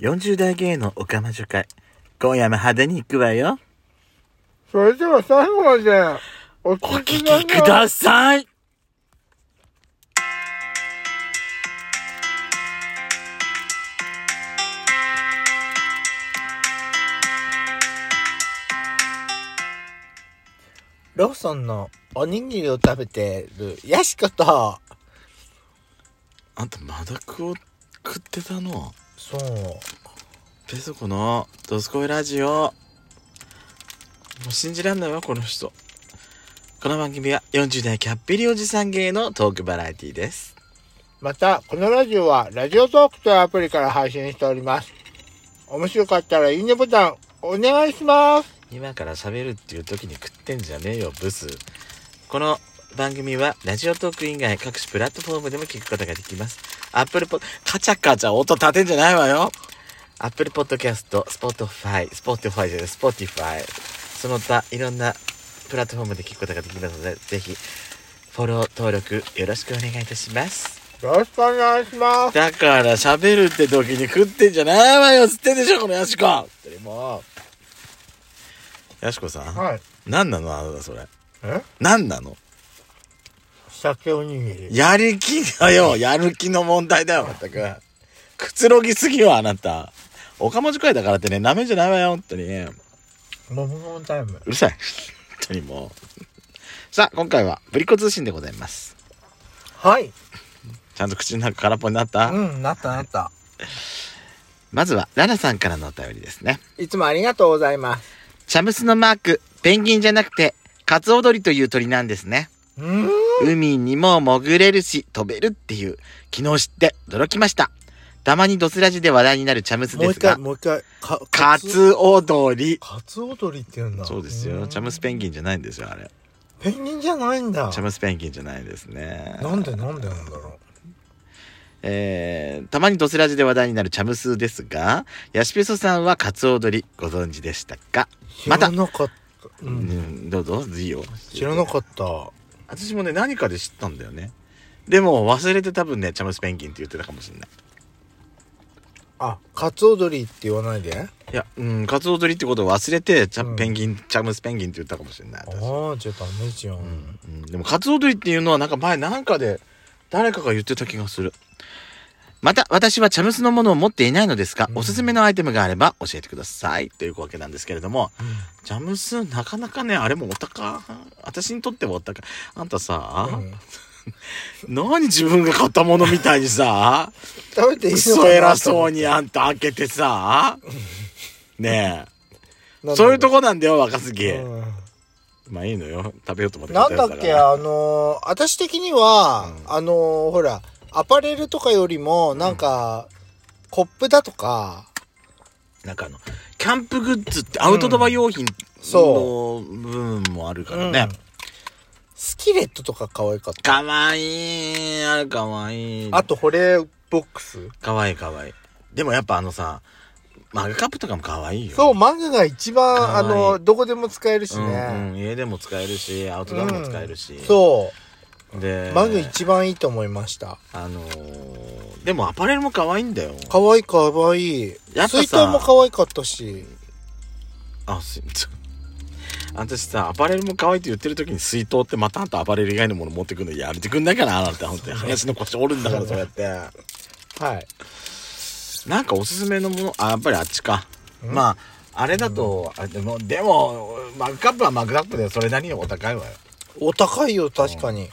40代芸のオカマ女会。今夜も派手に行くわよ。それでは最後までおお聞聞ききくださいローソンのおにぎりを食べてるヤシコと、あんたマダコを食ってたのそう、ペソコのドスコイラジオ。もう信じらんないわ、この人。この番組は40代キャッピリおじさん芸のトークバラエティです。またこのラジオはラジオトークというアプリから配信しております面白かったらいいねボタンお願いします今から喋るっていう時に食ってんじゃねえよ、ブス。この番組はラジオトーク以外各種プラットフォームでも聞くことができます。アップルポ、カチャカチャ音立てんじゃないわよ。アップルポッドキャスト、スポーティファイ、スポーティファイじゃない、スポーティファイ。その他、いろんなプラットフォームで聞くことができますので、ぜひ、フォロー登録よろしくお願いいたします。よろしくお願いしますだから喋るって時に食ってんじゃないわよ、吸ってんでしょ、このヤシコ。本当にもう。ヤシコさん。はいなんなのあなたそれ。えなんなの酒おにぎりやる気がよ、やる気の問題だよ、まったく。くつろぎすぎよ、あなた。おかまじ会だからってね、舐めんじゃないわよ、本当に。う桃のタイム。るさい。本当にもう。さあ、今回は、ぶりっ子通信でございます。はい。ちゃんと口の中空っぽになった、うん、なったなった。まずは、ララさんからのお便りですね。いつもありがとうございます。チャムスのマーク、ペンギンじゃなくて、カツオドリという鳥なんですね。うーん。海にも潜れるし、飛べるっていう、昨日知って驚きました。たまにドスラジで話題になるチャムスもうです一が回、、もう一回。かカ。ツオドリ。カツオ鳥って言うんだ。そうですよ。チャムスペンギンじゃないんですよ、あれ。ペンギンじゃないんだチャ。ムスペンギンじゃないですね。なんでなんでなんだろえー、たまにドスラジで話題になるチャムスですが、ヤシピソさんはカツオドリご存知でしたかう。また知らなかった。う。うんん、どうぞ、いいよ。知らなかった。私もね、何かで知ったんだよね。でも忘れて多分ね、チャムスペンギンって言ってたかもしれない。あ、カツオ鳥って言わないで。いや、うん、カツオドリってことを忘れて、チャ、うんペンギン、チャムスペンギンって言ったかもしれない。私ああ、じゃあダメじゃ。うんんうんでもカツオドリっていうのはなんか前なんかで誰かが言ってた気がするまた私はチャムスのものを持っていないのですが、うんおすすめのアイテムがあれば教えてくださいというわけなんですけれどもチャムスなかなかねあれもお高私にとってはお高あんたさ、うん何自分が買ったものみたいに さ食べていいのか嘘な偉そうにあんた開けてさ ねえそういうとこ。こなんだよ若杉、うんまあいいのよ食べようと思って買なったやんだつかっらけあのー私的には、うあのーほらアパレルとかよりもなんか、コップだとかなんかあの、キャンプグッズってアウトドア用品のそ部分もあるからねうん。スキレットとか可愛かったかわいい。あれかわいい。あと保冷ボックスかわいいかわいい。でもやっぱあのさ、マグカップとかもかわいいよ。そうマグが一番可あ愛いのーどこでも使えるしうんうんね、家でも使えるし、アウトドアも使えるし。そでう、マグ一番いいと思いましたあのーでもアパレルもかわいいんだよ。可愛い可愛いやっぱさ水筒も可愛かったしあ、す、ちょ私さ、アパレルも可愛いって言ってる時に水筒ってまたあんたアパレル以外のもの持ってくるのやめてくんないかなあなた本当に話の腰折るんだからそうやって。はいなんかおすすめのものあやっぱりあっちかまああれだと、あでもでもマグカップはマグカップでそれなりにお高いわよお高いよ確かに、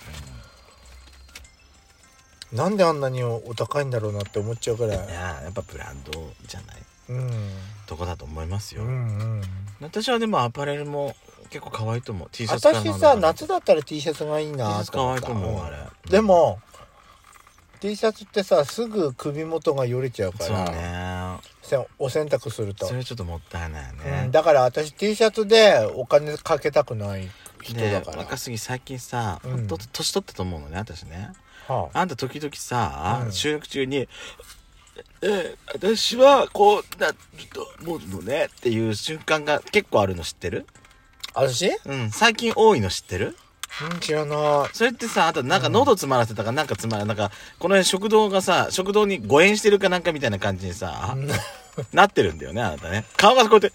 なんであんなにお高いんだろうなって思っちゃうぐらいいややっぱブランドじゃないうんとこだと思いますうよ、んうん私はでもアパレルも結構可愛いと思う T シャツかな私さなんか夏だったら T シャツがいい T シャなツ可愛いと思うあれれでも T シャツってさすぐ首元がよれちゃうかそうら、ねせんお洗濯するとそ、れちょっともったいないようねん、だから私 T シャツでお金かけたくない人ねだから、若杉最近さ、うんほんと年取ったと思うのね私ねはああんた時々さ、うん収録中に、えー私はこうなると思うのねっていう瞬間が結構あるの知ってる私、ううん、最近多いの知ってるん、知らないそれってさ、あんたなんか喉詰まらせたかなんか詰まら、なんか、この辺食堂がさ、食堂に誤嚥してるかなんかみたいな感じにさ、なってるんだよね、あなたね。顔がこうやって、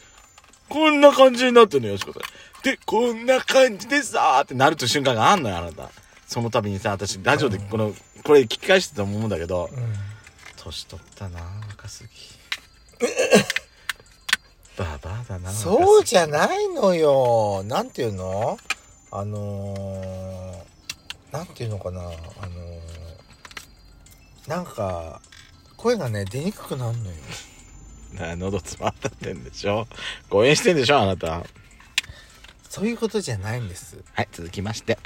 こんな感じになってるのよ、よしこさん。で、こんな感じでさーってなると瞬間があんのよ、あなた。その度にさ、私、ラジオでこの、これ聞き返してたと思うんだけど、年取ったなあ若すぎ。 ババアだなあそうゃじゃないのよ。なんていうのあのー、なんていうのかなあのー、なんか、声がね、出にくくなるのよ。なあ喉詰まってんでしょ応援してんでしょあなた。そういうことじゃないんです。はい、続きまして。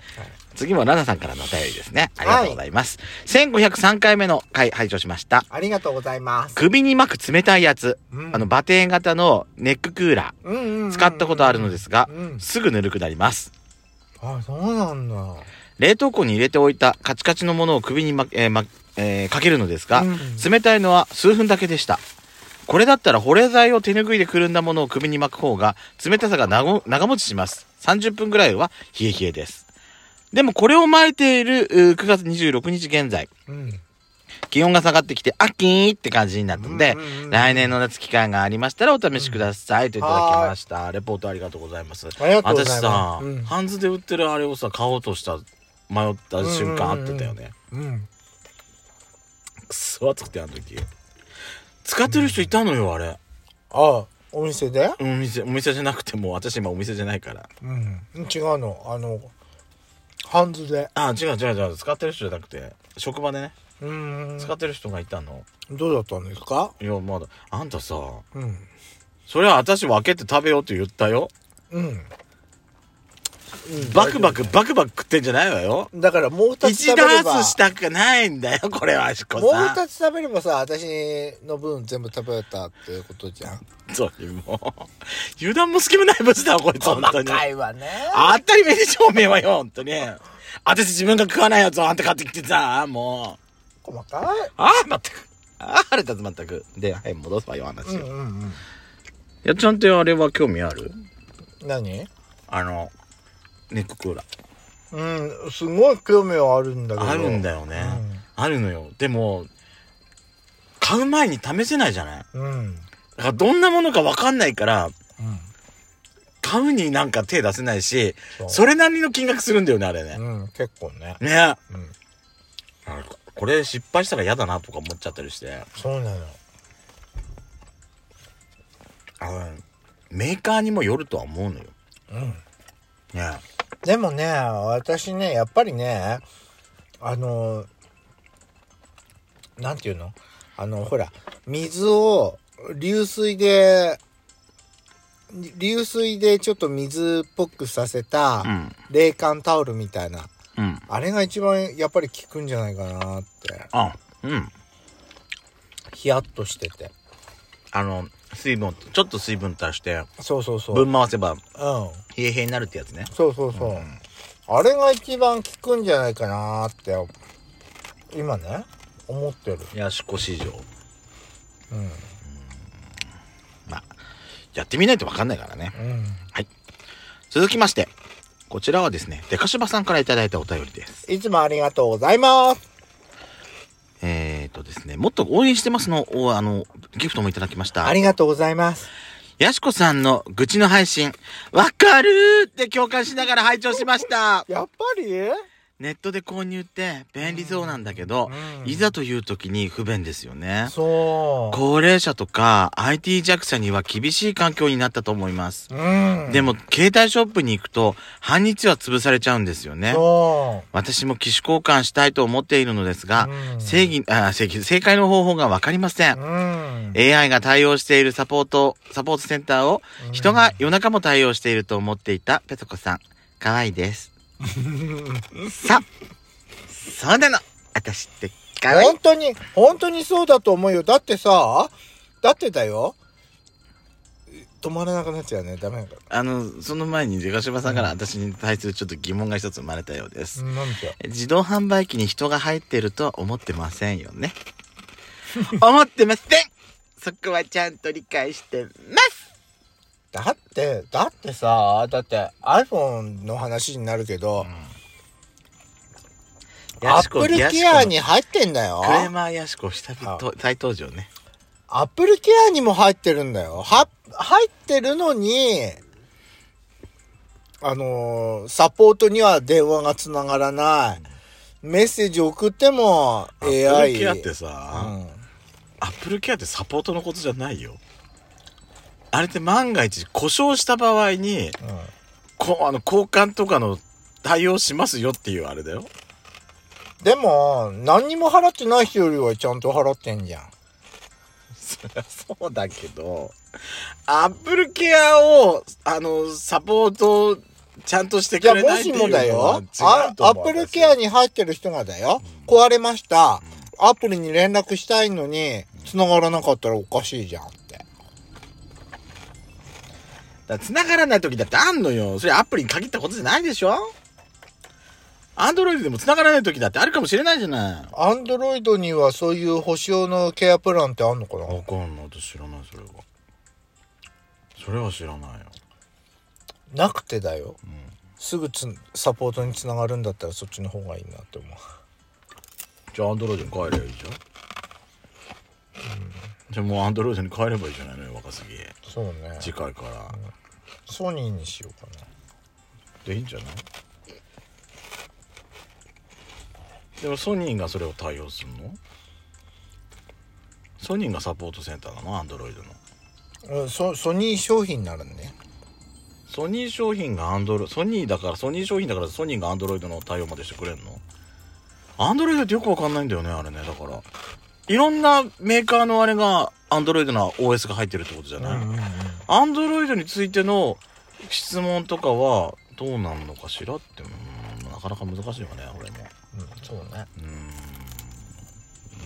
次もラナさんからのお便りですね。ありがとうございます。1503回目の回、拝聴しました。ありがとうございます。首に巻く冷たいやつ。うんあの、、バテン型のネッククーラうんうんうんー。使ったことあるのですがう、ん。すぐぬるくなります。あ、そうなんだ。冷凍庫に入れておいたカチカチのものを首にま、えーまえーかけるのですが、うん冷たいのは数分だけでした。これだったら保冷剤を手拭いでくるんだものを首に巻く方が冷たさがなご長持ちします。30分ぐらいは冷え冷えです。でもこれを巻いているうー9月26日現在、うん。気温が下がってきて、秋って感じになったので、うんうんうん来年の夏期間がありましたらお試しくださいといただきました。レポートありがとうございます。ありがとうございます私さ、うんハンズで売ってるあれをさ、買おうとした、迷った瞬間あってたよね。うん。くそ暑くてあの時。使ってる人いたのよ、あれ。あ、お店でお店、お店じゃなくてもう、私今お店じゃないから。うん。違うの。あの、ハンズで。あ、違う違う違う、使ってる人じゃなくて、職場でね、うん使ってる人がいたの。どうだったんですかいや、まだ、あんたさ、うん。それは私分けて食べようって言ったよ。うん。バクバク、バクバク食ってんじゃないわよ。だからもう二つ一食ダべれーばスしたくないんだよ、これは、あしこもうさ二つ食べればさ私の分全部食べたっていうことじゃんん。そうにもう、油断も隙もないブスだわ、こいつ、本当に。いわねあったりめでしょ、おめえはよ、本当に。私自分が食わないやつをあんた買ってきてさ、もう。細かいああ、まったく。ああ、腹立つ、まったく。で、はい、戻すわよ、話。うんいうんうんや、ちゃんとあれは興味ある何あの、ネッククーラー。うんすごい興味はあるんだけどあるんだよよねうん。あるのよ。でも、買う前に試せないじゃないうんうんだからどんなものかわかんないから、買うになんか手出せないし、そうそれなりの金額するんだよね、あれね。うん結構ねねなんかうんこれ失敗したら嫌だなとか思っちゃったりして。そうなのあのメーカーにもよるとは思うのよ。うんねでもね私ねやっぱりねあのなんていうのあのほら水を流水で流水でちょっと水っぽくさせたうん。冷感タオルみたいなうん。あれが一番やっぱり効くんじゃないかなってあ、うん。ヒヤッとしててあの、水分、ちょっと水分足して、そうそうそううん分回せば、冷え冷えになるってやつね。そうそうそう、あれが一番効くんじゃないかなって今ね思ってるヤシコ市場。うんまあ、やってみないとわかんないからね。うん続きまして、こちらはですね、デカシバさんからいただいたお便りです。いつもありがとうございます。えーとですね、もっと応援してますの、おあの、ギフトもいただきました。ありがとうございます。やしこさんの愚痴の配信、わかるーって共感しながら拝聴しました。やっぱりネットで購入って便利そうなんだけど、うんいざという時に不便ですよね。そう。高齢者とか IT 弱者には厳しい環境になったと思います。うん。でも、携帯ショップに行くと、半日は潰されちゃうんですよね。そ私も機種交換したいと思っているのですが、うん正義、あ、正義、正解の方法がわかりませう。んう。ん。 AI が対応しているサポート、サポートセンターをうん人が夜中も対応していると思っていたペソコさん。可愛い です。さ、そうなの。私って可愛い。本当に、本当にそうだと思うよ。だってさ、だってだよ。止まらなくなっちゃうね。ダメなんだ。あの、その前に出島さんから私に対するちょっと疑問が一つ生まれたようです。なんで自動販売機に人が入ってるとは思ってませんよね。思ってませんそこはちゃんと理解してますだって、だってさ、だって iPhone の話になるけど、アップルケアに入ってんだよ。クレーマーヤシコ、久々と再登場ね。アップルケアにも入ってるんだよ。は、入ってるのに、あのーサポートには電話がつながらない。メッセージ送っても AI。アップルケアってうさ、んアップルケアってサポートのことじゃないよ。あれって万が一故障した場合に、こあの交換とかの対応しますよっていうあれだよ。でも、何にも払ってない人よりはちゃんと払ってんじゃん。そりゃそうだけど、アップルケアを、あの、サポート、ちゃんとしてじゃくあれもないってしいうもだのはよ違、あうとア思ッうプルケアに入ってる人がだよ、壊れました。アップルに連絡したいのに、繋がらなかったらおかしいじゃんって。だから繋がらない時だってあんのよ。それアプリに限ったことじゃないでしょアンドロイドでも繋がらない時だってあるかもしれないじゃない。アンドロイドにはそういう保証のケアプランってあんのかなわかんない。私知らない、それは。それは知らないよ。なくてだよ。うん。すぐつサポートにつながるんだったらそっちの方がいいなって思う。じゃあアンドロイドに帰ればいいじゃん。じゃあもうアンドロイドに帰ればいいじゃないのよ、若杉。そうね。次回から。ソニーにしようかな。でいいんじゃないでもソニーがそれを対応するのソニーがサポートセンターなのアンドロイドのうん、ソソニー商品になるね。ソニー商品がアンドロソニーだからソニー商品だからソニーがアンドロイドの対応までしてくれんのアンドロイドってよくわかんないんだよねあれねだからいろんなメーカーのあれがアンドロイドの OS が入ってるってことじゃないアンドロイドについての質問とかはどうなんのかしらってうんなかなか難しいよね俺もうん、そうね。うー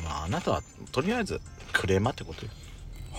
んまああなたはとりあえずクレーマーってことよ